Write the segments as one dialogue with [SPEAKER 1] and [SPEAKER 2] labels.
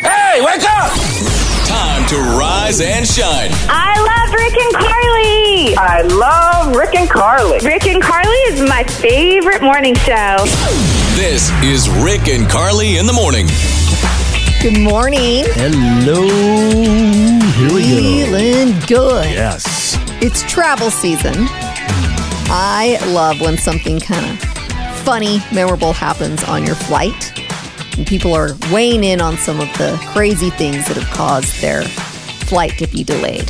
[SPEAKER 1] Hey, wake up!
[SPEAKER 2] Time to rise and shine.
[SPEAKER 3] I love Rick and Carly.
[SPEAKER 4] I love Rick and Carly.
[SPEAKER 3] Rick and Carly is my favorite morning show.
[SPEAKER 2] This is Rick and Carly in the morning.
[SPEAKER 5] Good morning.
[SPEAKER 6] Hello. Here we go.
[SPEAKER 5] Feeling good.
[SPEAKER 6] Yes.
[SPEAKER 5] It's travel season. I love when something kind of funny, memorable happens on your flight. And people are weighing in on some of the crazy things that have caused their flight to be delayed.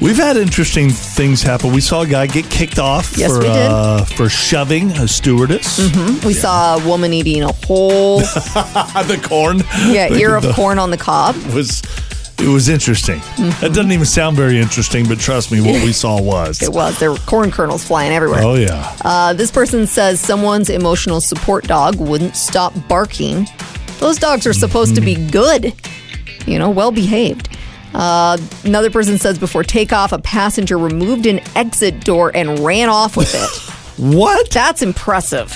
[SPEAKER 6] We've had interesting things happen. We saw a guy get kicked off
[SPEAKER 5] Yes,
[SPEAKER 6] for
[SPEAKER 5] we did. Mm-hmm.
[SPEAKER 6] Uh, for shoving a stewardess.
[SPEAKER 5] We saw a woman eating a whole
[SPEAKER 6] the corn.
[SPEAKER 5] yeah,
[SPEAKER 6] The-
[SPEAKER 5] ear of
[SPEAKER 6] the-
[SPEAKER 5] corn Mm-hmm. on the cob.
[SPEAKER 6] was it was interesting. That doesn't even sound very interesting, but trust me, what we saw was.
[SPEAKER 5] It was. There were corn kernels flying everywhere.
[SPEAKER 6] Oh yeah.
[SPEAKER 5] Uh, this person says someone's emotional support dog wouldn't stop barking. Those dogs are supposed to be good, you know, well behaved. Uh, another person says before takeoff, a passenger removed an exit door and ran off with it.
[SPEAKER 6] What?
[SPEAKER 5] That's impressive.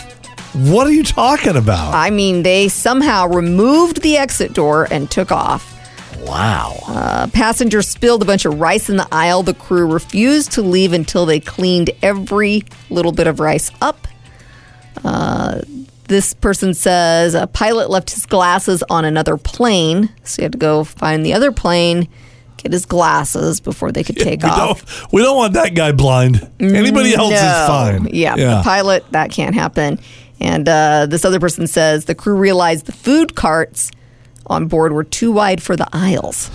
[SPEAKER 6] What are you talking about?
[SPEAKER 5] I mean, they somehow removed the exit door and took off.
[SPEAKER 6] wow.
[SPEAKER 5] A passenger spilled a bunch of rice in the aisle. The crew refused to leave until they cleaned every little bit of rice up. Uh, this person says a pilot left his glasses on another plane, so he had to go find the other plane, get his glasses before they could take
[SPEAKER 6] we
[SPEAKER 5] off.
[SPEAKER 6] don't we don't want that guy blind. Anybody else
[SPEAKER 5] No.
[SPEAKER 6] is fine.
[SPEAKER 5] Yeah, the pilot, that can't happen. And uh, this other person says the crew realized the food carts on board were too wide for the aisles.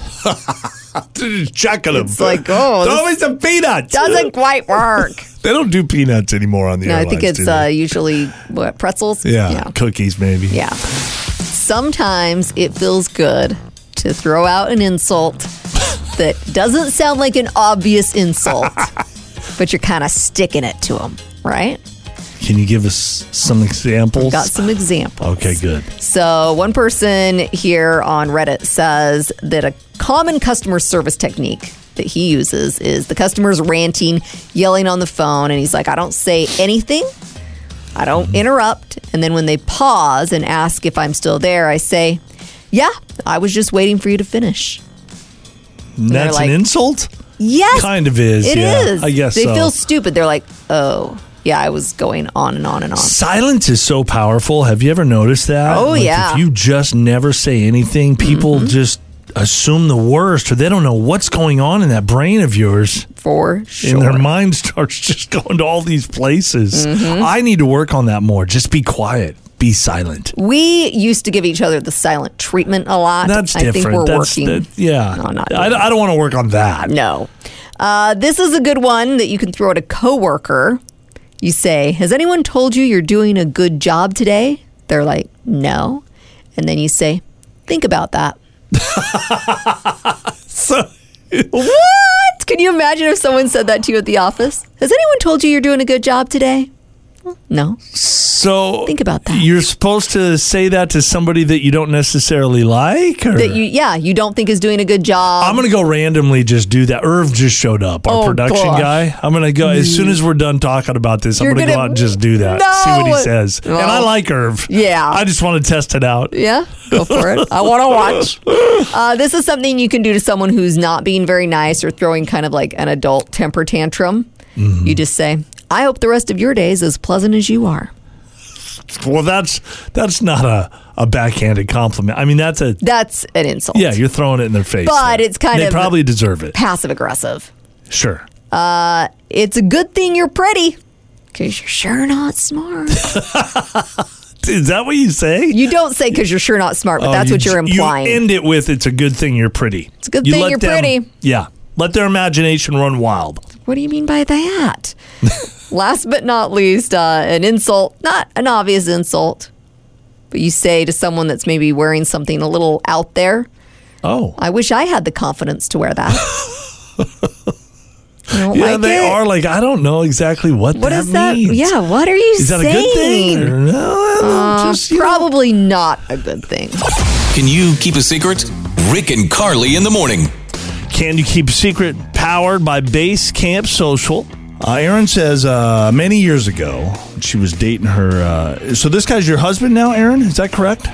[SPEAKER 6] Chucking him.
[SPEAKER 5] It's like, oh,
[SPEAKER 6] throw
[SPEAKER 5] this
[SPEAKER 6] me some peanuts.
[SPEAKER 5] Doesn't quite work.
[SPEAKER 6] They don't do peanuts anymore on the
[SPEAKER 5] No, I
[SPEAKER 6] airlines.
[SPEAKER 5] think
[SPEAKER 6] do
[SPEAKER 5] it's
[SPEAKER 6] they?
[SPEAKER 5] uh, usually what pretzels.
[SPEAKER 6] yeah,
[SPEAKER 5] yeah,
[SPEAKER 6] cookies maybe.
[SPEAKER 5] yeah. Sometimes it feels good to throw out an insult that doesn't sound like an obvious insult, but you're kind of sticking it to them, right?
[SPEAKER 6] Can you give us some examples?
[SPEAKER 5] Got some examples.
[SPEAKER 6] Okay, good.
[SPEAKER 5] So, one person here on Reddit says that a common customer service technique that he uses is the customer's ranting, yelling on the phone, and he's like, I don't say anything, I don't interrupt. And then when they pause and ask if I'm still there, I say, Yeah, I was just waiting for you to finish. they're
[SPEAKER 6] That's
[SPEAKER 5] like-
[SPEAKER 6] an insult?
[SPEAKER 5] Yes.
[SPEAKER 6] Kind of is,
[SPEAKER 5] It
[SPEAKER 6] yeah.
[SPEAKER 5] is.
[SPEAKER 6] I guess
[SPEAKER 5] They
[SPEAKER 6] so.
[SPEAKER 5] feel stupid. They're like, Oh, yeah, I was going on and on and on.
[SPEAKER 6] Silence is so powerful. Have you ever noticed that?
[SPEAKER 5] Oh,
[SPEAKER 6] Like,
[SPEAKER 5] yeah. Mm-hmm.
[SPEAKER 6] If you just never say anything, people just assume the worst or they don't know what's going on in that brain of yours.
[SPEAKER 5] For sure.
[SPEAKER 6] And their mind starts just going to all these places.
[SPEAKER 5] Mm-hmm.
[SPEAKER 6] I need to work on that more. Just be quiet. Be silent.
[SPEAKER 5] We used to give each other the silent treatment a lot.
[SPEAKER 6] That's
[SPEAKER 5] I
[SPEAKER 6] different.
[SPEAKER 5] think we're
[SPEAKER 6] That's-
[SPEAKER 5] working.
[SPEAKER 6] that- yeah.
[SPEAKER 5] No, not
[SPEAKER 6] I,
[SPEAKER 5] doing
[SPEAKER 6] I don't want to work on that.
[SPEAKER 5] No. Uh, this is a good one that you can throw at a coworker. You say, Has anyone told you you're doing a good job today? They're like, No. And then you say, Think about that.
[SPEAKER 6] So,
[SPEAKER 5] What? Can you imagine if someone said that to you at the office? Has anyone told you you're doing a good job today? No.
[SPEAKER 6] so
[SPEAKER 5] Think about that.
[SPEAKER 6] You're supposed to say that to somebody that you don't necessarily like, or
[SPEAKER 5] That you, yeah, you don't think is doing a good job.
[SPEAKER 6] I'm gonna go randomly just do that. Irv just showed up, our
[SPEAKER 5] Oh,
[SPEAKER 6] production
[SPEAKER 5] gosh.
[SPEAKER 6] guy. I'm gonna go as soon as we're done talking about this.
[SPEAKER 5] You're
[SPEAKER 6] I'm gonna,
[SPEAKER 5] gonna-
[SPEAKER 6] go out and just do that. See what
[SPEAKER 5] No!
[SPEAKER 6] he says. and I
[SPEAKER 5] Well,
[SPEAKER 6] like Irv.
[SPEAKER 5] yeah.
[SPEAKER 6] I just want to test it out.
[SPEAKER 5] Yeah, go for it. I want to watch. Uh, this is something you can do to someone who's not being very nice or throwing kind of like an adult temper tantrum.
[SPEAKER 6] Mm-hmm.
[SPEAKER 5] You just say, I hope the rest of your day is as pleasant as you are.
[SPEAKER 6] Well, that's that's not a, a backhanded compliment. I mean, that's a
[SPEAKER 5] That's an insult.
[SPEAKER 6] yeah. You're throwing it in their face,
[SPEAKER 5] But
[SPEAKER 6] there.
[SPEAKER 5] it's kind
[SPEAKER 6] they
[SPEAKER 5] of-
[SPEAKER 6] probably deserve it.
[SPEAKER 5] Passive aggressive.
[SPEAKER 6] Sure.
[SPEAKER 5] It's a good thing you're pretty because you're sure not smart.
[SPEAKER 6] Is that what you say?
[SPEAKER 5] you don't say because you're sure not smart, but
[SPEAKER 6] Oh,
[SPEAKER 5] that's
[SPEAKER 6] you
[SPEAKER 5] what you're
[SPEAKER 6] j-
[SPEAKER 5] implying.
[SPEAKER 6] You end it with it's a good thing you're pretty. It's
[SPEAKER 5] a good thing you're pretty.
[SPEAKER 6] Yeah. Let their imagination run wild.
[SPEAKER 5] What do you mean by that? Last but not least, uh, an insult, not an obvious insult, but you say to someone that's maybe wearing something a little out there,
[SPEAKER 6] Oh.
[SPEAKER 5] I wish I had the confidence to wear that. I don't
[SPEAKER 6] Yeah,
[SPEAKER 5] like
[SPEAKER 6] they
[SPEAKER 5] it.
[SPEAKER 6] are like I don't know exactly what,
[SPEAKER 5] What
[SPEAKER 6] that
[SPEAKER 5] is that?
[SPEAKER 6] means.
[SPEAKER 5] Yeah, Uh, what are you
[SPEAKER 6] Is that
[SPEAKER 5] saying?
[SPEAKER 6] a good thing? Or no, I don't know, just, you know.
[SPEAKER 5] Probably not a good thing.
[SPEAKER 2] Can you keep a secret? Rick and Carly in the morning.
[SPEAKER 6] Can you keep a secret? Powered by Base Camp Social. Uh, Aaron says uh, many years ago she was dating her. Uh, so this guy's your husband now, Aaron? Is that correct?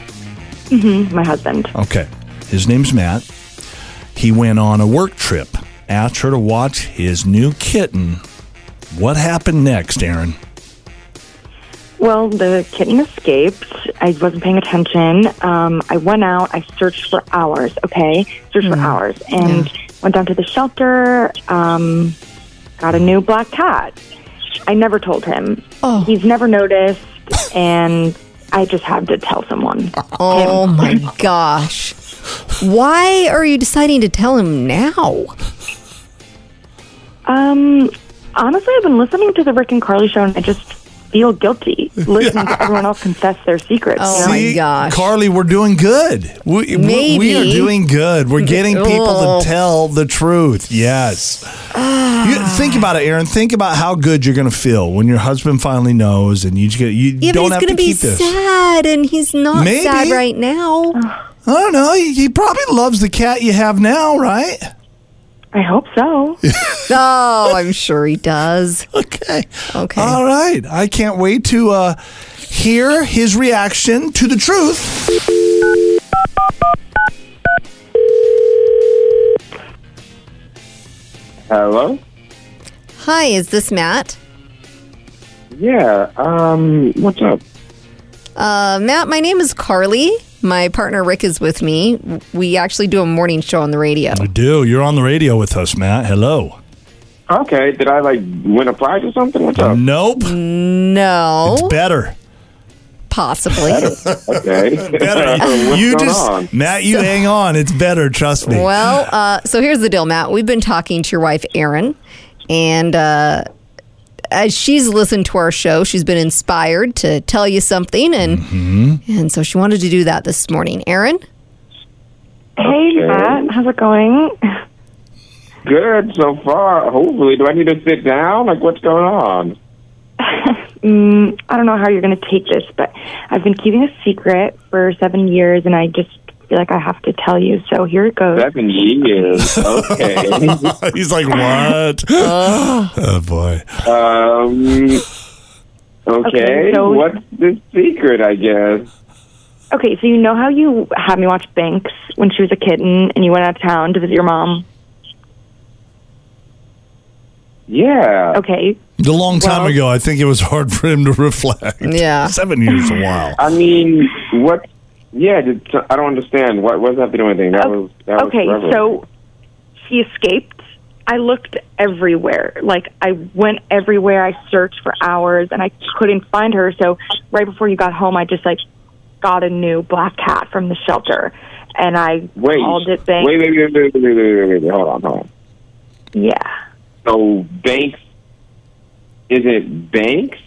[SPEAKER 4] My husband.
[SPEAKER 6] Okay. His name's Matt. He went on a work trip. Asked her to watch his new kitten. What happened next, Aaron?
[SPEAKER 1] Well, the kitten escaped. I wasn't paying attention. Um, I went out. I searched for hours. Okay, searched
[SPEAKER 4] Mm.
[SPEAKER 1] for hours, and went down to the shelter. Um, got a new black cat. I never told him.
[SPEAKER 5] Oh.
[SPEAKER 1] He's never noticed, and I just had to tell someone.
[SPEAKER 4] Uh-uh.
[SPEAKER 5] Oh my gosh. Why are you deciding to tell him now?
[SPEAKER 1] Um, honestly, I've been listening to the Rick and Carly show, and I just feel guilty listening to everyone else confess their secrets.
[SPEAKER 5] Oh,
[SPEAKER 1] you know?
[SPEAKER 5] my gosh.
[SPEAKER 6] Carly, we're doing good. We, we, we are
[SPEAKER 5] Maybe.
[SPEAKER 6] doing good. We're getting people
[SPEAKER 5] Oh.
[SPEAKER 6] to tell the truth. Yes. you,
[SPEAKER 5] Ah.
[SPEAKER 6] think about it, Aaron. Think about how good you're going to feel when your husband finally knows, and you just get, you
[SPEAKER 5] Yeah, but
[SPEAKER 6] don't
[SPEAKER 5] he's
[SPEAKER 6] have
[SPEAKER 5] gonna
[SPEAKER 6] to
[SPEAKER 5] be
[SPEAKER 6] keep this.
[SPEAKER 5] sad, and he's not
[SPEAKER 6] Maybe.
[SPEAKER 5] sad right now.
[SPEAKER 6] I don't know. He, he probably loves the cat you have now, right?
[SPEAKER 1] I hope so.
[SPEAKER 5] oh, I'm sure he does.
[SPEAKER 6] Okay.
[SPEAKER 5] Okay.
[SPEAKER 6] All right. I can't wait to uh, hear his reaction to the truth.
[SPEAKER 7] Hello?
[SPEAKER 5] Hi, is this Matt?
[SPEAKER 7] Yeah, um, what's up?
[SPEAKER 5] Uh, Matt, my name is Carly. My partner Rick is with me. We actually do a morning show on the radio.
[SPEAKER 6] I do. You're on the radio with us, Matt. Hello.
[SPEAKER 7] Okay, did I like win a prize or something? What's up?
[SPEAKER 6] Nope.
[SPEAKER 5] No,
[SPEAKER 6] It's better.
[SPEAKER 5] possibly.
[SPEAKER 7] Okay. what's
[SPEAKER 6] you
[SPEAKER 7] going
[SPEAKER 6] just
[SPEAKER 7] on?
[SPEAKER 6] Matt, you hang on. It's better, trust me.
[SPEAKER 5] well, uh, so here's the deal, Matt. We've been talking to your wife, Erin, and uh, as she's listened to our show, she's been inspired to tell you something, and
[SPEAKER 6] Mm-hmm.
[SPEAKER 5] and so she wanted to do that this morning. Erin,
[SPEAKER 1] Hey, Matt, how's it going?
[SPEAKER 7] Good so far. Hopefully, do I need to sit down? Like, what's going on?
[SPEAKER 1] Mm, I don't know how you're going to take this, but I've been keeping a secret for seven years, and I just feel like I have to tell you. So here it goes.
[SPEAKER 7] Seven years. Okay.
[SPEAKER 6] He's like, what? oh boy.
[SPEAKER 7] um. Okay.
[SPEAKER 1] Okay, so-
[SPEAKER 7] what's the secret? I guess.
[SPEAKER 1] Okay, so you know how you had me watch Banks when she was a kitten, and you went out of town to visit your mom.
[SPEAKER 7] Yeah.
[SPEAKER 1] Okay,
[SPEAKER 6] A long time
[SPEAKER 1] Well-
[SPEAKER 6] ago, I think it was hard for him to reflect.
[SPEAKER 5] Yeah.
[SPEAKER 6] Seven years a while.
[SPEAKER 7] I mean, what? Yeah. Did, I don't understand. What? What does that have to do with anything? That was. That
[SPEAKER 1] Oh, okay,
[SPEAKER 7] was forever.
[SPEAKER 1] so he escaped. I looked everywhere. Like I went everywhere. I searched for hours and I couldn't find her. So right before you got home, I just like got a new black cat from the shelter, and I
[SPEAKER 7] Wait.
[SPEAKER 1] called it
[SPEAKER 7] wait.
[SPEAKER 1] Banks.
[SPEAKER 7] Wait. Wait. Wait. Wait. Wait. Wait. Wait. wait. Hold on. Hold on.
[SPEAKER 1] Yeah.
[SPEAKER 7] So Banks, is it Banks?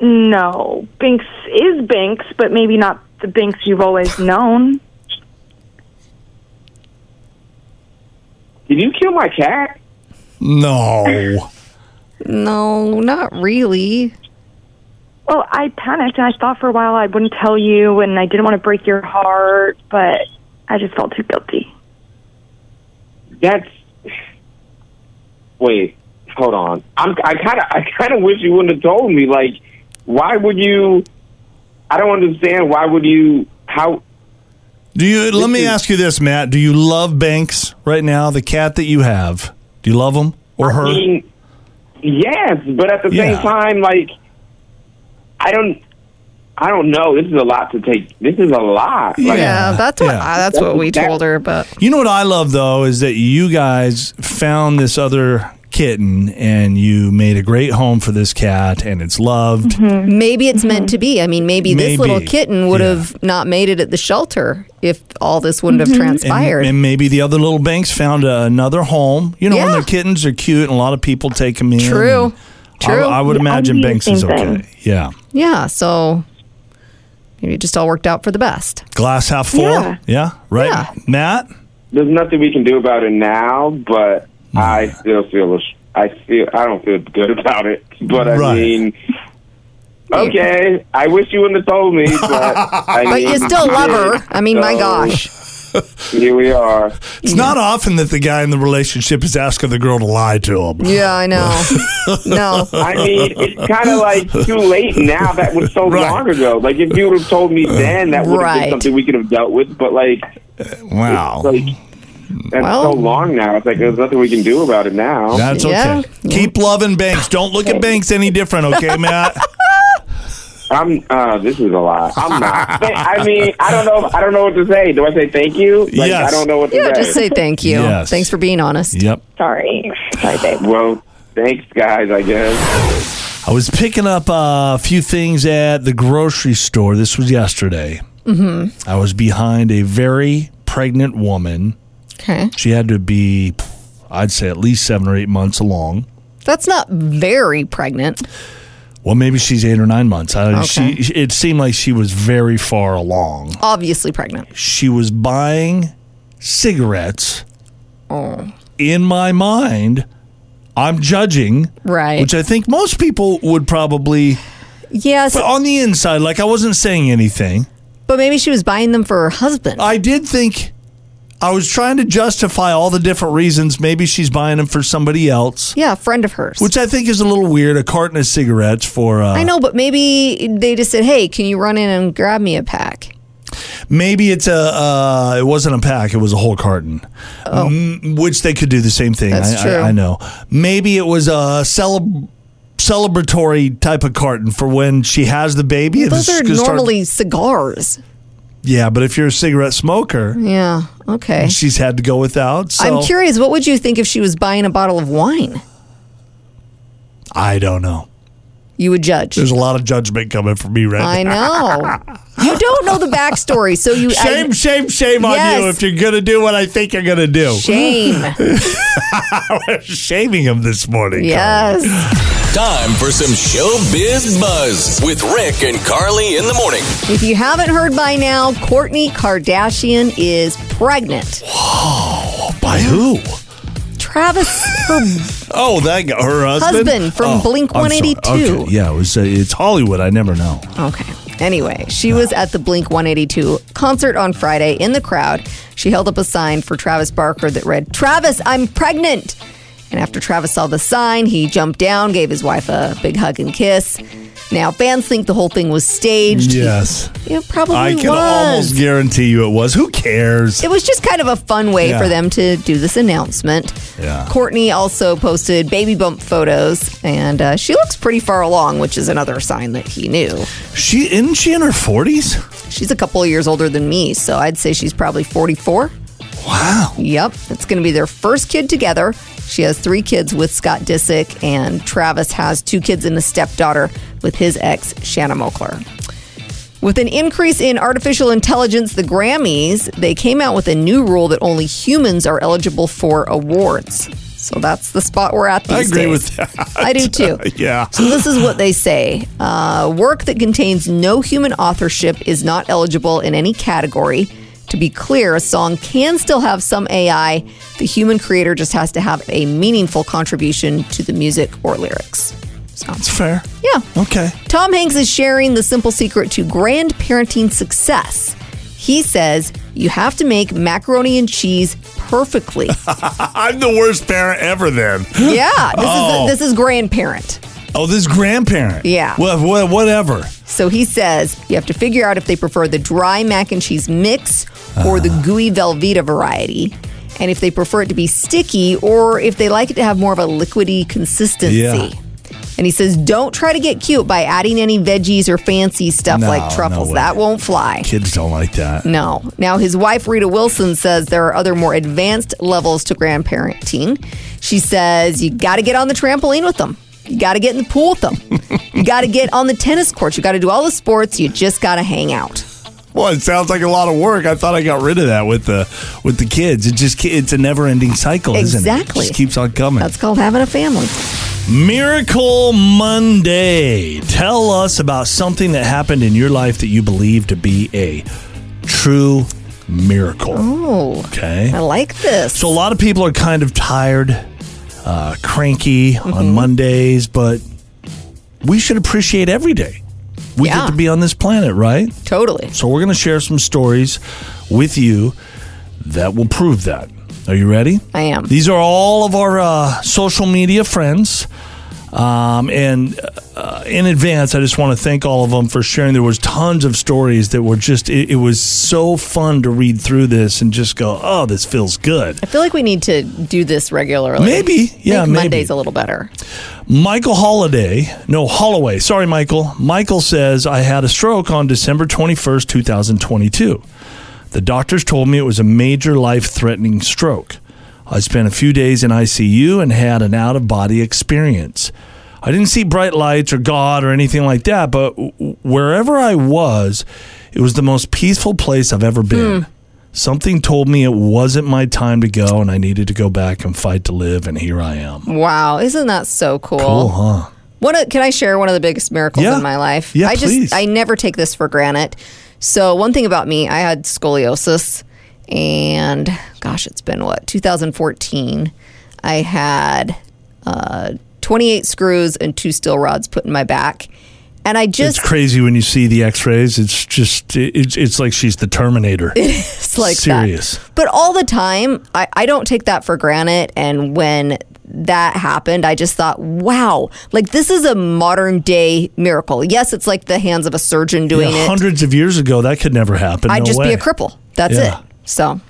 [SPEAKER 1] No, Binks is Binks, but maybe not the Binks you've always known.
[SPEAKER 7] Did you kill my cat?
[SPEAKER 6] No.
[SPEAKER 5] no, not really.
[SPEAKER 1] Well, I panicked and I thought for a while I wouldn't tell you, and I didn't want to break your heart, but I just felt too guilty.
[SPEAKER 7] That's. Wait, hold on. I'm, I kind of, I kind of wish you wouldn't have told me. Like, why would you? I don't understand. Why would you? How?
[SPEAKER 6] Do you let me ask you this, Matt. Do you love Banks right now? The cat that you have. Do you love him? Or
[SPEAKER 7] I
[SPEAKER 6] her?
[SPEAKER 7] mean, yes, but at the
[SPEAKER 6] Yeah.
[SPEAKER 7] same time, like, I don't. I don't know. This is a lot to take. This is a lot. Like,
[SPEAKER 6] Yeah,
[SPEAKER 5] Uh, that's what
[SPEAKER 6] yeah.
[SPEAKER 5] I- that's what we
[SPEAKER 7] That-
[SPEAKER 5] told her. But
[SPEAKER 6] You know what I love though is that you guys found this other kitten and you made a great home for this cat and it's loved.
[SPEAKER 5] Mm-hmm. maybe it's meant to be. I mean, maybe, this
[SPEAKER 6] Mm-hmm. Maybe.
[SPEAKER 5] little kitten would
[SPEAKER 6] Yeah.
[SPEAKER 5] have not made it at the shelter if all this wouldn't have transpired.
[SPEAKER 6] Mm-hmm. And, and maybe the other little banks found uh, another home. You know, when
[SPEAKER 5] Yeah.
[SPEAKER 6] their kittens are cute and a lot of people take them in.
[SPEAKER 5] True.
[SPEAKER 6] and I-
[SPEAKER 5] True.
[SPEAKER 6] I, would
[SPEAKER 1] Yeah,
[SPEAKER 6] imagine
[SPEAKER 1] I'd do the
[SPEAKER 6] Banks is
[SPEAKER 1] same
[SPEAKER 6] okay.
[SPEAKER 1] thing.
[SPEAKER 6] Yeah.
[SPEAKER 5] yeah, so maybe it just all worked out for the best.
[SPEAKER 6] Glass half full.
[SPEAKER 1] Yeah.
[SPEAKER 6] Right.
[SPEAKER 5] Yeah.
[SPEAKER 6] Matt?
[SPEAKER 7] there's nothing we can do about it now, but
[SPEAKER 6] Hmm.
[SPEAKER 7] I still feel ash- I feel I don't feel good about it. But I
[SPEAKER 6] Right.
[SPEAKER 7] mean, okay, I wish you wouldn't have told me, but I
[SPEAKER 5] But
[SPEAKER 7] mean,
[SPEAKER 5] you still love her. I mean, my
[SPEAKER 7] So,
[SPEAKER 5] gosh.
[SPEAKER 7] Here we are.
[SPEAKER 6] It's not often that the guy in the relationship is asking the girl to lie to him.
[SPEAKER 5] Yeah, I know. no.
[SPEAKER 7] I mean, it's kind of like too late now. That was so
[SPEAKER 6] Right. Uh,
[SPEAKER 7] long ago. Like if you would have told me then, that would have
[SPEAKER 5] Right.
[SPEAKER 7] been something we could have dealt with. But like
[SPEAKER 6] Wow.
[SPEAKER 7] Like that's
[SPEAKER 5] Well.
[SPEAKER 7] so long now. It's like there's nothing we can do about it now.
[SPEAKER 6] That's
[SPEAKER 5] Yeah.
[SPEAKER 6] okay. Keep loving banks. Don't look at banks any different, okay, Matt?
[SPEAKER 7] I'm. Uh, this is a lot. I'm not. I mean, I don't know. I don't know what to say. Do I say thank you? Like,
[SPEAKER 6] Yes.
[SPEAKER 7] I don't know what to
[SPEAKER 5] Yeah,
[SPEAKER 7] say.
[SPEAKER 5] just say thank you.
[SPEAKER 6] Yes.
[SPEAKER 5] Thanks for being honest.
[SPEAKER 6] yep.
[SPEAKER 1] Sorry. Sorry, babe.
[SPEAKER 7] well, thanks, guys. I guess.
[SPEAKER 6] I was picking up uh, a few things at the grocery store. This was yesterday. Mm-hmm. I was behind a very pregnant woman.
[SPEAKER 5] Okay.
[SPEAKER 6] She had to be, I'd say, at least seven or eight months along.
[SPEAKER 5] That's not very pregnant.
[SPEAKER 6] Well, maybe she's eight or nine months. I,
[SPEAKER 5] Okay.
[SPEAKER 6] she, it seemed like she was very far along.
[SPEAKER 5] Obviously pregnant.
[SPEAKER 6] She was buying cigarettes.
[SPEAKER 5] Oh,
[SPEAKER 6] In my mind, I'm judging,
[SPEAKER 5] Right.
[SPEAKER 6] Which I think most people would probably,
[SPEAKER 5] Yes.
[SPEAKER 6] but on the inside, like I wasn't saying anything.
[SPEAKER 5] But maybe she was buying them for her husband.
[SPEAKER 6] I did think I was trying to justify all the different reasons. Maybe she's buying them for somebody else,
[SPEAKER 5] yeah, a friend of hers.
[SPEAKER 6] which I think is a little weird. A carton of cigarettes for uh,
[SPEAKER 5] I know, but maybe they just said, "Hey, can you run in and grab me a pack?"
[SPEAKER 6] Maybe it's a. Uh, it wasn't a pack. It was a whole carton, M- which they could do the same thing.
[SPEAKER 5] Oh. That's
[SPEAKER 6] I, I-
[SPEAKER 5] true.
[SPEAKER 6] I, know. Maybe it was a celeb- celebratory type of carton for when she has the baby. and
[SPEAKER 5] Those
[SPEAKER 6] it's
[SPEAKER 5] are
[SPEAKER 6] gonna start-
[SPEAKER 5] normally cigars.
[SPEAKER 6] yeah, but if you're a cigarette smoker,
[SPEAKER 5] Yeah. Okay.
[SPEAKER 6] she's had to go without. So
[SPEAKER 5] I'm curious. What would you think if she was buying a bottle of wine?
[SPEAKER 6] I don't know.
[SPEAKER 5] You would judge.
[SPEAKER 6] There's a lot of judgment coming from me right
[SPEAKER 5] I
[SPEAKER 6] now.
[SPEAKER 5] know. you don't know the backstory, so you I-
[SPEAKER 6] Shame, shame, shame on you
[SPEAKER 5] Yes.
[SPEAKER 6] if you're gonna do what I think you're gonna do.
[SPEAKER 5] Shame.
[SPEAKER 6] Shaming him this morning.
[SPEAKER 5] yes.
[SPEAKER 2] Time for some showbiz buzz with Rick and Carly in the morning.
[SPEAKER 5] If you haven't heard by now, Courtney Kardashian is pregnant.
[SPEAKER 6] By who?
[SPEAKER 5] Travis, her
[SPEAKER 6] Oh, that guy, her husband, Oh,
[SPEAKER 5] Husband from Blink
[SPEAKER 6] I'm sorry.
[SPEAKER 5] 182.
[SPEAKER 6] Okay, yeah, it was. Uh, it's Hollywood. I never know.
[SPEAKER 5] Okay. Anyway, she was at the Blink 182 concert on Friday in the crowd. She held up a sign for Travis Barker that read, Travis, I'm pregnant. And after Travis saw the sign, he jumped down, gave his wife a big hug and kiss. Now, fans think the whole thing was staged.
[SPEAKER 6] Yes,
[SPEAKER 5] It probably
[SPEAKER 6] I
[SPEAKER 5] was.
[SPEAKER 6] can almost guarantee you it was. Who cares?
[SPEAKER 5] it was just kind of a fun way
[SPEAKER 6] Yeah.
[SPEAKER 5] for them to do this announcement.
[SPEAKER 6] Yeah.
[SPEAKER 5] Courtney also posted baby bump photos, and uh, she looks pretty far along, which is another sign that he knew.
[SPEAKER 6] She isn't she in her forties?
[SPEAKER 5] She's a couple of years older than me, so I'd say she's probably 44.
[SPEAKER 6] Wow.
[SPEAKER 5] Yep, it's going to be their first kid together. She has three kids with Scott Disick, and Travis has two kids and a stepdaughter with his ex, Shanna Mokler. With an increase in artificial intelligence, the Grammys, they came out with a new rule that only humans are eligible for awards. So that's the spot we're at these
[SPEAKER 6] I agree
[SPEAKER 5] days.
[SPEAKER 6] with that.
[SPEAKER 5] I do too.
[SPEAKER 6] Yeah.
[SPEAKER 5] So this is what they say: uh, work that contains no human authorship is not eligible in any category. To be clear, a song can still have some AI. The human creator just has to have a meaningful contribution to the music or lyrics.
[SPEAKER 6] It's fair.
[SPEAKER 5] Yeah.
[SPEAKER 6] Okay.
[SPEAKER 5] Tom Hanks is sharing the simple secret to grand parenting success. He says you have to make macaroni and cheese perfectly.
[SPEAKER 6] I'm the worst parent ever. Then.
[SPEAKER 5] yeah, this
[SPEAKER 6] Oh.
[SPEAKER 5] is this is grandparent.
[SPEAKER 6] Oh, this grandparent.
[SPEAKER 5] Yeah.
[SPEAKER 6] Well, well, whatever.
[SPEAKER 5] So he says you have to figure out if they prefer the dry mac and cheese mix or the
[SPEAKER 6] Ah.
[SPEAKER 5] gooey Velveeta variety. And if they prefer it to be sticky or if they like it to have more of a liquidy consistency.
[SPEAKER 6] Yeah.
[SPEAKER 5] And he says, don't try to get cute by adding any veggies or fancy stuff
[SPEAKER 6] No,
[SPEAKER 5] like truffles.
[SPEAKER 6] no way.
[SPEAKER 5] that won't fly.
[SPEAKER 6] Kids don't like that.
[SPEAKER 5] No. Now, his wife, Rita Wilson, says there are other more advanced levels to grandparenting. She says you got to get on the trampoline with them. You got to get in the pool with them. you got to get on the tennis courts. You got to do all the sports. You just got to hang out.
[SPEAKER 6] Well, it sounds like a lot of work. I thought I got rid of that with the with the kids. It just it's a never ending cycle, isn't it? It
[SPEAKER 5] Exactly.
[SPEAKER 6] just keeps on coming.
[SPEAKER 5] That's called having a family.
[SPEAKER 6] Miracle Monday. Tell us about something that happened in your life that you believe to be a true miracle.
[SPEAKER 5] Oh,
[SPEAKER 6] Okay.
[SPEAKER 5] I like this.
[SPEAKER 6] So a lot of people are kind of tired, uh, cranky
[SPEAKER 5] Mm-hmm.
[SPEAKER 6] on Mondays, but we should appreciate every day. We
[SPEAKER 5] Yeah.
[SPEAKER 6] get to be on this planet, right?
[SPEAKER 5] totally.
[SPEAKER 6] So we're going to share some stories with you that will prove that. Are you ready?
[SPEAKER 5] I am.
[SPEAKER 6] These are all of our uh, social media friends. Um, and uh, in advance, I just want to thank all of them for sharing. There was tons of stories that were just. It, it was so fun to read through this and just go, "Oh, this feels good."
[SPEAKER 5] I feel like we need to do this regularly.
[SPEAKER 6] Maybe. Yeah,
[SPEAKER 5] Make
[SPEAKER 6] maybe.
[SPEAKER 5] Monday's a little better.
[SPEAKER 6] Michael Holiday, no Holloway. Sorry, Michael. Michael says I had a stroke on December twenty first, two thousand twenty two. The doctors told me it was a major life threatening stroke. I spent a few days in ICU and had an out of body experience. I didn't see bright lights or God or anything like that, but w- wherever I was, it was the most peaceful place I've ever been. Something told me it wasn't my time to go and I needed to go back and fight to live, and here I am. Uh-huh.
[SPEAKER 5] Wow, isn't that so cool?
[SPEAKER 6] Cool, huh?
[SPEAKER 5] One of, can I share one of the biggest miracles
[SPEAKER 6] Yeah.
[SPEAKER 5] in my life?
[SPEAKER 6] Yeah,
[SPEAKER 5] I just
[SPEAKER 6] please.
[SPEAKER 5] I never take this for granted. So one thing about me, I had scoliosis and gosh, it's been what, 2014. I had uh, 28 screws and two steel rods put in my back. And I just
[SPEAKER 6] It's crazy when you see the X-rays. It's just it- it's it's like she's the Terminator.
[SPEAKER 5] It's like that.
[SPEAKER 6] Serious.
[SPEAKER 5] But all the time, I, I don't take that for granted. And when that happened, I just thought, wow, like this is a modern day miracle. Yes, it's like the hands of a surgeon doing
[SPEAKER 6] Yeah,
[SPEAKER 5] it.
[SPEAKER 6] hundreds of years ago, that could never happen.
[SPEAKER 5] I'd
[SPEAKER 6] No
[SPEAKER 5] just
[SPEAKER 6] way.
[SPEAKER 5] be a cripple. That's
[SPEAKER 6] Yeah.
[SPEAKER 5] it. So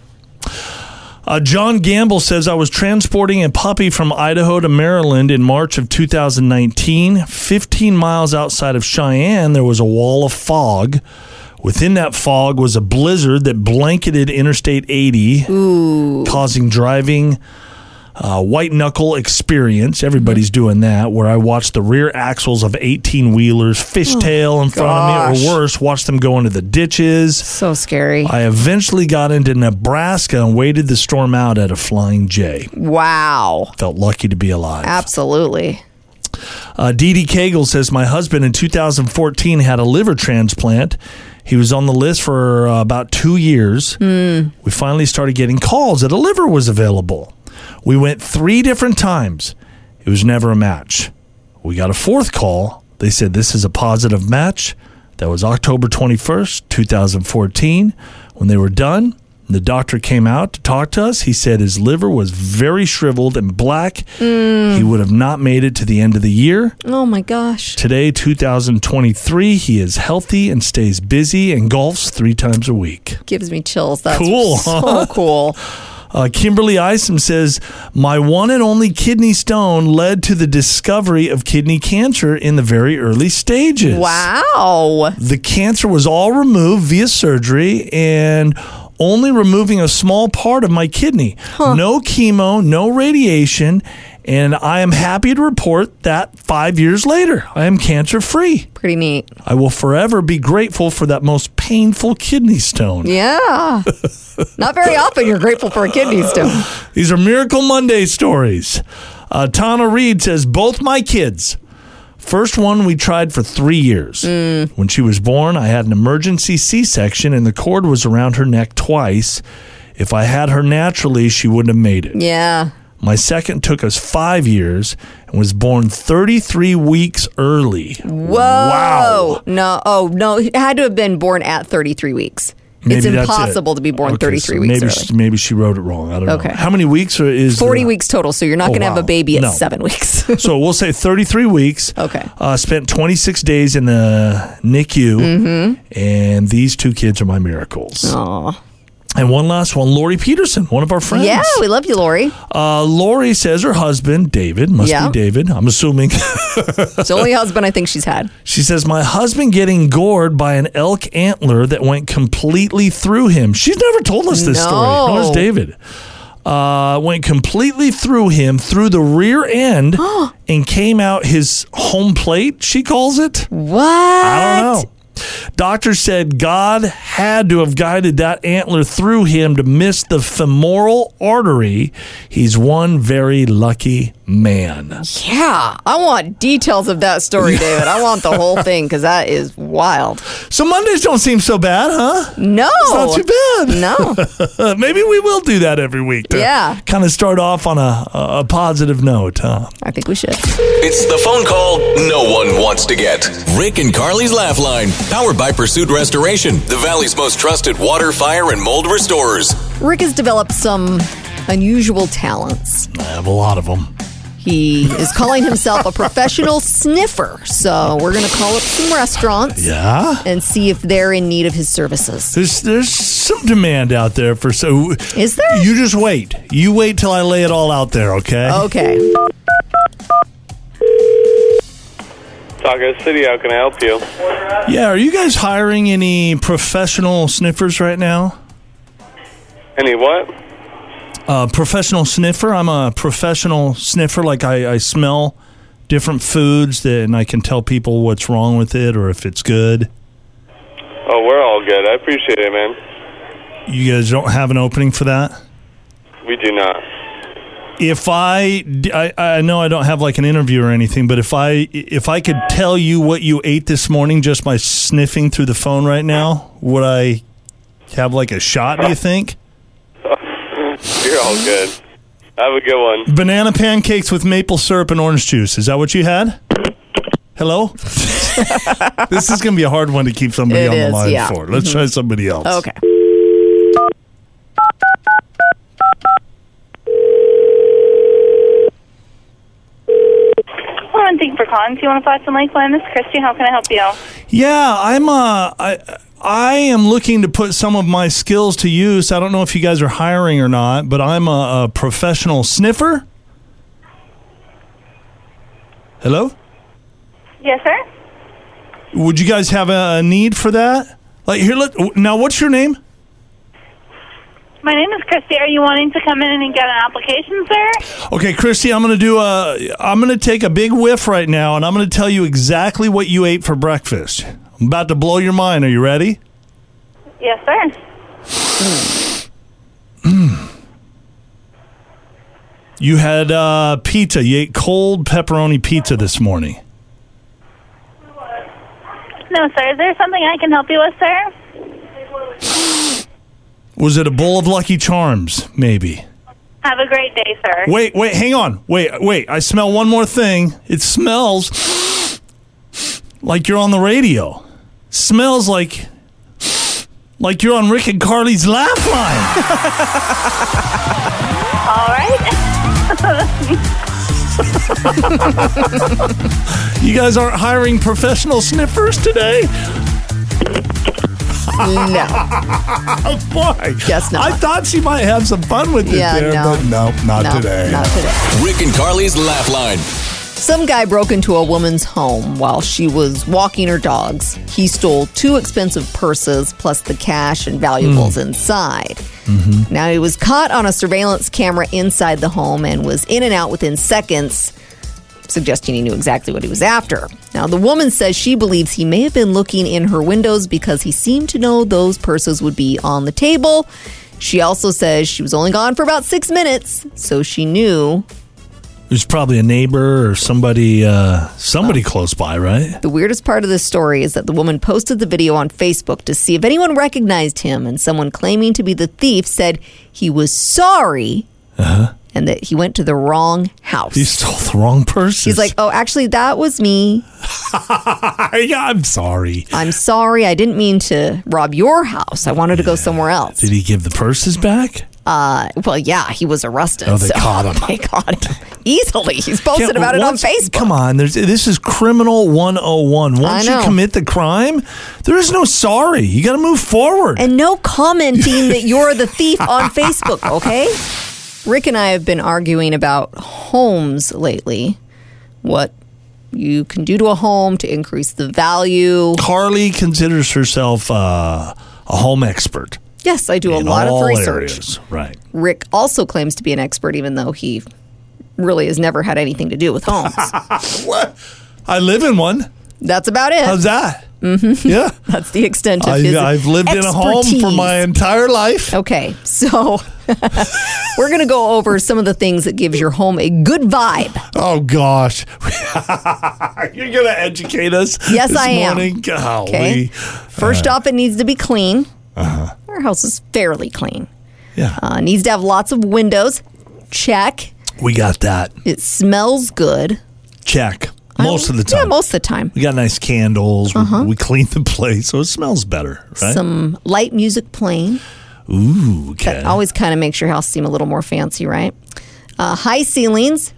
[SPEAKER 6] Uh, John Gamble says I was transporting a puppy from Idaho to Maryland in March of 2019. 15 miles outside of Cheyenne, there was a wall of fog. Within that fog was a blizzard that blanketed Interstate 80, causing driving uh, white knuckle experience. Everybody's doing that. Where I watched the rear axles of 18 wheelers fishtail in front of me,
[SPEAKER 5] gosh.
[SPEAKER 6] or worse, watched them go into the ditches.
[SPEAKER 5] so scary.
[SPEAKER 6] I eventually got into Nebraska and waited the storm out at a flying J.
[SPEAKER 5] wow.
[SPEAKER 6] Felt lucky to be alive.
[SPEAKER 5] Absolutely.
[SPEAKER 6] Uh, Dee Dee Cagle says my husband in 2014 had a liver transplant. He was on the list for uh, about two years. We finally started getting calls that a liver was available. We went three different times. It was never a match. We got a fourth call. They said this is a positive match. That was October 21st, 2014. When they were done, the doctor came out to talk to us. He said his liver was very shriveled and black. He would have not made it to the end of the year.
[SPEAKER 5] Oh my gosh.
[SPEAKER 6] Today, 2023, he is healthy and stays busy and golfs three times a week.
[SPEAKER 5] Gives me chills. That's
[SPEAKER 6] Cool, huh?
[SPEAKER 5] so cool.
[SPEAKER 6] Uh, Kimberly Isom says, My one and only kidney stone led to the discovery of kidney cancer in the very early stages.
[SPEAKER 5] Wow.
[SPEAKER 6] The cancer was all removed via surgery and only removing a small part of my kidney. No chemo, no radiation. And I am happy to report that five years later, I am cancer free.
[SPEAKER 5] Pretty neat.
[SPEAKER 6] I will forever be grateful for that most painful kidney stone.
[SPEAKER 5] Yeah. Not very often you're grateful for a kidney stone.
[SPEAKER 6] These are Miracle Monday stories. Uh, Tana Reed says, Both my kids. First one we tried for three years.
[SPEAKER 5] Mm.
[SPEAKER 6] When she was born, I had an emergency C section and the cord was around her neck twice. If I had her naturally, she wouldn't have made it.
[SPEAKER 5] Yeah.
[SPEAKER 6] My second took us five years and was born 33 weeks early.
[SPEAKER 5] Whoa.
[SPEAKER 6] Wow.
[SPEAKER 5] No. Oh, no. It had to have been born at 33 weeks. it's
[SPEAKER 6] Maybe that's it.
[SPEAKER 5] impossible to be born
[SPEAKER 6] Okay,
[SPEAKER 5] 33
[SPEAKER 6] so
[SPEAKER 5] weeks
[SPEAKER 6] maybe
[SPEAKER 5] early.
[SPEAKER 6] She, maybe she wrote it wrong. I don't
[SPEAKER 5] Okay.
[SPEAKER 6] know. How many weeks are, is
[SPEAKER 5] 40
[SPEAKER 6] there?
[SPEAKER 5] weeks total. So you're not
[SPEAKER 6] Oh,
[SPEAKER 5] going to
[SPEAKER 6] wow.
[SPEAKER 5] have a baby at
[SPEAKER 6] No.
[SPEAKER 5] seven weeks.
[SPEAKER 6] so we'll say 33 weeks.
[SPEAKER 5] Okay.
[SPEAKER 6] Uh, spent 26 days in the NICU,
[SPEAKER 5] Mm-hmm.
[SPEAKER 6] and these two kids are my miracles.
[SPEAKER 5] Aw.
[SPEAKER 6] And one last one, Lori Peterson, one of our friends.
[SPEAKER 5] yeah. We love you, Lori.
[SPEAKER 6] uh, Lori says her husband, David, must
[SPEAKER 5] Yeah.
[SPEAKER 6] be David. I'm assuming.
[SPEAKER 5] It's the only husband I think she's had.
[SPEAKER 6] she says my husband getting gored by an elk antler that went completely through him. She's never told us this story.
[SPEAKER 5] No.
[SPEAKER 6] Nor has David. Uh, went completely through him through the rear end and came out his home plate. She calls it.
[SPEAKER 5] What?
[SPEAKER 6] I don't know. Doctor said God had to have guided that antler through him to miss the femoral artery. He's one very lucky man.
[SPEAKER 5] Yeah. I want details of that story, David. I want the whole thing because that is wild.
[SPEAKER 6] So Mondays don't seem so bad, huh?
[SPEAKER 5] No. It's
[SPEAKER 6] Not too bad.
[SPEAKER 5] No.
[SPEAKER 6] Uh, Maybe we will do that every week. To
[SPEAKER 5] Yeah.
[SPEAKER 6] Kind of start off on a, a positive note, huh?
[SPEAKER 5] I think we should.
[SPEAKER 2] It's the phone call no one wants to get. Rick and Carly's Laugh Line, powered by Pursuit Restoration, the Valley's most trusted water, fire, and mold restorers.
[SPEAKER 5] Rick has developed some unusual talents.
[SPEAKER 6] I have a lot of them.
[SPEAKER 5] He is calling himself a professional sniffer. So we're going to call up some restaurants
[SPEAKER 6] Yeah.
[SPEAKER 5] and see if they're in need of his services.
[SPEAKER 6] There's there's some demand out there for so.
[SPEAKER 5] Is there?
[SPEAKER 6] You just wait. You wait till I lay it all out there. Okay.
[SPEAKER 5] Okay.
[SPEAKER 8] Taco City, how can I help you?
[SPEAKER 6] Yeah. Are you guys hiring any professional sniffers right now?
[SPEAKER 8] Any what?
[SPEAKER 6] A Uh, professional sniffer. I'm a professional sniffer. Like I, I smell different foods that, and I can tell people what's wrong with it or if it's good.
[SPEAKER 8] Oh, we're all good. I appreciate it, man.
[SPEAKER 6] You guys don't have an opening for that.
[SPEAKER 8] We do not.
[SPEAKER 6] if I, I I know I don't have like an interview or anything, but if I if I could tell you what you ate this morning just by sniffing through the phone right now, would I have like a shot? Do you think?
[SPEAKER 8] You're all good. Have a good one.
[SPEAKER 6] Banana pancakes with maple syrup and orange juice. Is that what you had? Hello. this is gonna be a hard one to keep somebody
[SPEAKER 5] It
[SPEAKER 6] on the
[SPEAKER 5] is,
[SPEAKER 6] line
[SPEAKER 5] yeah. Mm-hmm.
[SPEAKER 6] for. Let's try somebody else.
[SPEAKER 5] Okay.
[SPEAKER 3] Hello, and thank you for calling. Do you want to fly to Lakeland? This is Christy. How can I help you?
[SPEAKER 6] Yeah, I'm. Uh, I I am looking to put some of my skills to use. I don't know if you guys are hiring or not, but I'm a, a professional sniffer. Hello.
[SPEAKER 3] Yes, sir.
[SPEAKER 6] Would you guys have a, a need for that? Like here, let now. What's your name?
[SPEAKER 3] My name is Christy. Are you wanting to come in and get an application, sir?
[SPEAKER 6] Okay, Christy, I'm gonna do a. I'm gonna take a big whiff right now, and I'm gonna tell you exactly what you ate for breakfast. I'm about to blow your mind. Are you ready?
[SPEAKER 3] Yes, sir.
[SPEAKER 6] You had uh, pizza. You ate cold pepperoni pizza this morning.
[SPEAKER 3] No, sir. Is there something I can help you with, sir?
[SPEAKER 6] Was it a bowl of Lucky Charms? Maybe.
[SPEAKER 3] Have a great day, sir.
[SPEAKER 6] Wait, wait, hang on. Wait, wait. I smell one more thing. It smells like you're on the radio. Smells like like you're on Rick and Carly's laugh line.
[SPEAKER 3] All right.
[SPEAKER 6] You guys aren't hiring professional sniffers today?
[SPEAKER 5] No.
[SPEAKER 6] Boy,
[SPEAKER 5] Guess not.
[SPEAKER 6] I thought she might have some fun with it
[SPEAKER 5] Yeah,
[SPEAKER 6] there,
[SPEAKER 5] no.
[SPEAKER 6] but no, not
[SPEAKER 5] No,
[SPEAKER 6] today.
[SPEAKER 5] Not today.
[SPEAKER 2] Rick and Carly's Laugh Line.
[SPEAKER 5] Some guy broke into a woman's home while she was walking her dogs. He stole two expensive purses plus the cash and valuables inside. Now, he was caught on a surveillance camera inside the home and was in and out within seconds, suggesting he knew exactly what he was after. Now, the woman says she believes he may have been looking in her windows because he seemed to know those purses would be on the table. She also says she was only gone for about six minutes, so she knew
[SPEAKER 6] There's probably a neighbor or somebody uh, somebody
[SPEAKER 5] Oh.
[SPEAKER 6] close by, right?
[SPEAKER 5] The weirdest part of this story is that the woman posted the video on Facebook to see if anyone recognized him, and someone claiming to be the thief said he was sorry
[SPEAKER 6] Uh-huh.
[SPEAKER 5] and that he went to the wrong house.
[SPEAKER 6] You stole the wrong person.
[SPEAKER 5] He's like, Oh, actually, that was me.
[SPEAKER 6] yeah, I'm sorry.
[SPEAKER 5] I'm sorry. I didn't mean to rob your house. I wanted to go somewhere else.
[SPEAKER 6] Did he give the purses back?
[SPEAKER 5] Uh, well, yeah, he was arrested.
[SPEAKER 6] Oh, they
[SPEAKER 5] so-
[SPEAKER 6] caught him.
[SPEAKER 5] They caught him easily. He's posted
[SPEAKER 6] Yeah,
[SPEAKER 5] about it on
[SPEAKER 6] once-
[SPEAKER 5] Facebook.
[SPEAKER 6] Come on, there's, this is criminal 101. Once you
[SPEAKER 5] know.
[SPEAKER 6] commit the crime, there is no sorry. You got to move forward.
[SPEAKER 5] And no commenting that you're the thief on Facebook, okay? Rick and I have been arguing about homes lately. What you can do to a home to increase the value.
[SPEAKER 6] Carly considers herself uh, a home expert.
[SPEAKER 5] Yes, I do a
[SPEAKER 6] in
[SPEAKER 5] lot of
[SPEAKER 6] all
[SPEAKER 5] research.
[SPEAKER 6] areas. Right.
[SPEAKER 5] Rick also claims to be an expert, even though he really has never had anything to do with homes.
[SPEAKER 6] What? I live in one.
[SPEAKER 5] That's about it.
[SPEAKER 6] How's that? Mm-hmm. Yeah.
[SPEAKER 5] That's the extent of
[SPEAKER 6] I,
[SPEAKER 5] his.
[SPEAKER 6] I've lived in a home for
[SPEAKER 5] expertise.
[SPEAKER 6] my entire life.
[SPEAKER 5] Okay, so we're going to go over some of the things that gives your home a good vibe.
[SPEAKER 6] Oh, gosh. You're going to educate us.
[SPEAKER 5] Yes,
[SPEAKER 6] this
[SPEAKER 5] I am.
[SPEAKER 6] Morning? Golly.
[SPEAKER 5] Okay. First
[SPEAKER 6] Uh-huh.
[SPEAKER 5] off, it needs to be clean. Our house is fairly clean.
[SPEAKER 6] Yeah.
[SPEAKER 5] Uh, needs to have lots of windows. Check.
[SPEAKER 6] we got that.
[SPEAKER 5] It smells good.
[SPEAKER 6] Check.
[SPEAKER 5] I
[SPEAKER 6] Most of
[SPEAKER 5] don't-
[SPEAKER 6] the time.
[SPEAKER 5] Yeah, most of the time.
[SPEAKER 6] We got nice candles. We- We, clean the place, so it smells better, right?
[SPEAKER 5] Some light music playing.
[SPEAKER 6] Ooh, okay.
[SPEAKER 5] oh, Always kind of makes your house seem a little more fancy, right? Uh, high ceilings.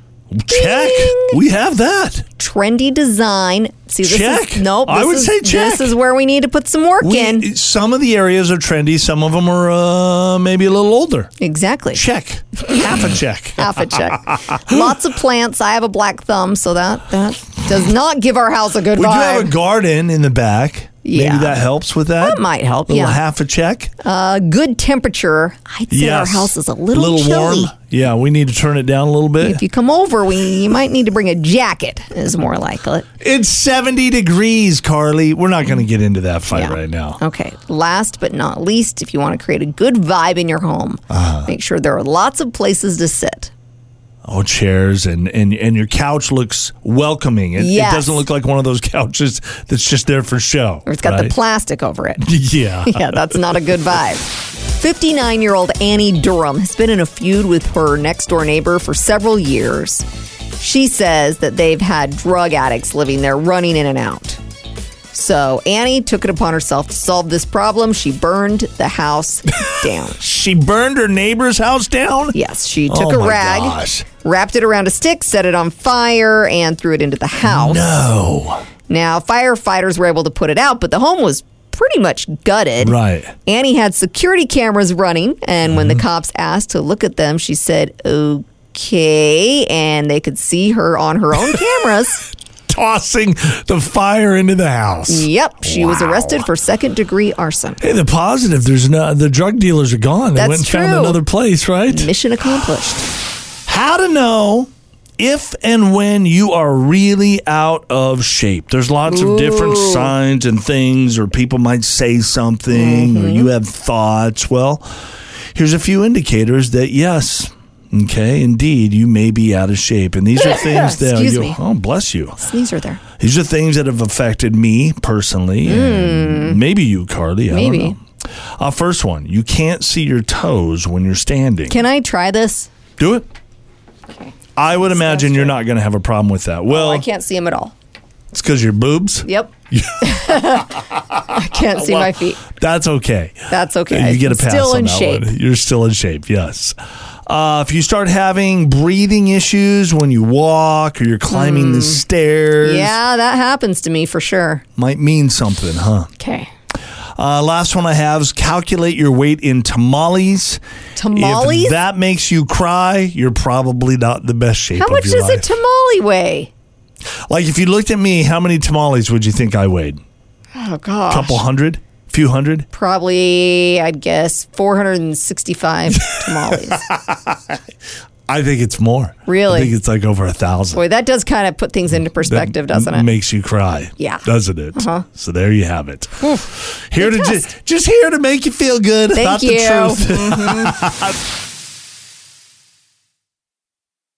[SPEAKER 6] Check. We have that.
[SPEAKER 5] Trendy design. See, this
[SPEAKER 6] Check.
[SPEAKER 5] is nope.
[SPEAKER 6] I
[SPEAKER 5] this
[SPEAKER 6] would
[SPEAKER 5] is-
[SPEAKER 6] say check.
[SPEAKER 5] This is where we need to put some work
[SPEAKER 6] We-
[SPEAKER 5] in.
[SPEAKER 6] some of the areas are trendy. Some of them are uh, maybe a little older.
[SPEAKER 5] Exactly.
[SPEAKER 6] Check. Half a check.
[SPEAKER 5] Half a check. Lots of plants. I have a black thumb, so that that does not give our house a good
[SPEAKER 6] We do
[SPEAKER 5] vibe.
[SPEAKER 6] have a garden in the back.
[SPEAKER 5] Yeah.
[SPEAKER 6] Maybe that helps with that.
[SPEAKER 5] That might help,
[SPEAKER 6] Little
[SPEAKER 5] yeah.
[SPEAKER 6] half a check.
[SPEAKER 5] a good temperature. I'd say our house is a little, chilly.
[SPEAKER 6] warm. Yeah, we need to turn it down a little bit.
[SPEAKER 5] If you come over, we you might need to bring a jacket. Is more like it.
[SPEAKER 6] it's 70 degrees, Carly. We're not going to get into that fight
[SPEAKER 5] Yeah.
[SPEAKER 6] right now.
[SPEAKER 5] Okay. Last but not least, if you want to create a good vibe in your home,
[SPEAKER 6] Uh-huh.
[SPEAKER 5] make sure there are lots of places to sit.
[SPEAKER 6] Oh, chairs and, and, and your couch looks welcoming. It,
[SPEAKER 5] Yes.
[SPEAKER 6] it doesn't look like one of those couches that's just there for show.
[SPEAKER 5] Or it's got
[SPEAKER 6] right?
[SPEAKER 5] the plastic over it.
[SPEAKER 6] Yeah.
[SPEAKER 5] yeah, that's not a good vibe. 59 year old Annie Durham has been in a feud with her next door neighbor for several years. She says that they've had drug addicts living there, running in and out. So Annie took it upon herself to solve this problem. She burned the house down.
[SPEAKER 6] She burned her neighbor's house down?
[SPEAKER 5] Yes, she took
[SPEAKER 6] Oh
[SPEAKER 5] a
[SPEAKER 6] my
[SPEAKER 5] rag,
[SPEAKER 6] gosh.
[SPEAKER 5] wrapped it around a stick, set it on fire, and threw it into the house.
[SPEAKER 6] No.
[SPEAKER 5] Now, firefighters were able to put it out, but the home was pretty much gutted.
[SPEAKER 6] Right.
[SPEAKER 5] Annie had security cameras running, and when the
[SPEAKER 6] Mm-hmm.
[SPEAKER 5] cops asked to look at them, she said, okay. And they could see her on her own cameras.
[SPEAKER 6] Tossing the fire into the house.
[SPEAKER 5] yep, she was
[SPEAKER 6] Wow.
[SPEAKER 5] arrested for second degree arson.
[SPEAKER 6] Hey, the positive, there's no, the drug dealers are gone. They
[SPEAKER 5] That's
[SPEAKER 6] went and found
[SPEAKER 5] true.
[SPEAKER 6] another place, right?
[SPEAKER 5] Mission accomplished.
[SPEAKER 6] How to know if and when you are really out of shape. There's lots of different signs and things, or people might say something,
[SPEAKER 5] Mm-hmm.
[SPEAKER 6] or you have thoughts. Well, here's a few indicators that yes. Okay, indeed, you may be out of shape, and these are things that
[SPEAKER 5] Excuse
[SPEAKER 6] you.
[SPEAKER 5] me.
[SPEAKER 6] Oh, bless you.
[SPEAKER 5] Sneezer there.
[SPEAKER 6] These are things that have affected me personally, and maybe you, Carly. I
[SPEAKER 5] Mm. Maybe.
[SPEAKER 6] Don't know. Uh, first one: you can't see your toes when you're standing.
[SPEAKER 5] Can I try this?
[SPEAKER 6] Do it. I would imagine you're not going to have a problem with that. Well,
[SPEAKER 5] Oh, I can't see him at all.
[SPEAKER 6] it's because your boobs.
[SPEAKER 5] Yep. I can't see my feet.
[SPEAKER 6] That's okay.
[SPEAKER 5] That's okay.
[SPEAKER 6] You get a pass
[SPEAKER 5] Still
[SPEAKER 6] on
[SPEAKER 5] in
[SPEAKER 6] that
[SPEAKER 5] shape.
[SPEAKER 6] one. You're still in shape. Yes. Uh, if you start having breathing issues when you walk or you're climbing the stairs,
[SPEAKER 5] Hmm. Yeah, that happens to me for sure.
[SPEAKER 6] might mean something, huh?
[SPEAKER 5] Okay.
[SPEAKER 6] Uh, last one I have is calculate your weight in tamales.
[SPEAKER 5] Tamales?
[SPEAKER 6] If that makes you cry, you're probably not the best shape.
[SPEAKER 5] How
[SPEAKER 6] of
[SPEAKER 5] much
[SPEAKER 6] your
[SPEAKER 5] does a
[SPEAKER 6] life.
[SPEAKER 5] tamale weigh?
[SPEAKER 6] like if you looked at me, how many tamales would you think I weighed?
[SPEAKER 5] Oh gosh.
[SPEAKER 6] couple hundred, few hundred.
[SPEAKER 5] Probably, I'd guess 465 tamales.
[SPEAKER 6] I think it's more.
[SPEAKER 5] Really?
[SPEAKER 6] I think it's like over a thousand.
[SPEAKER 5] Boy, that does kind of put things into perspective, doesn't it?
[SPEAKER 6] Makes you cry.
[SPEAKER 5] Yeah. Uh-huh.
[SPEAKER 6] Doesn't it? So there you have it. here to just just here to make you feel good
[SPEAKER 5] Thank Mm-hmm.
[SPEAKER 6] about
[SPEAKER 5] you.
[SPEAKER 6] the truth.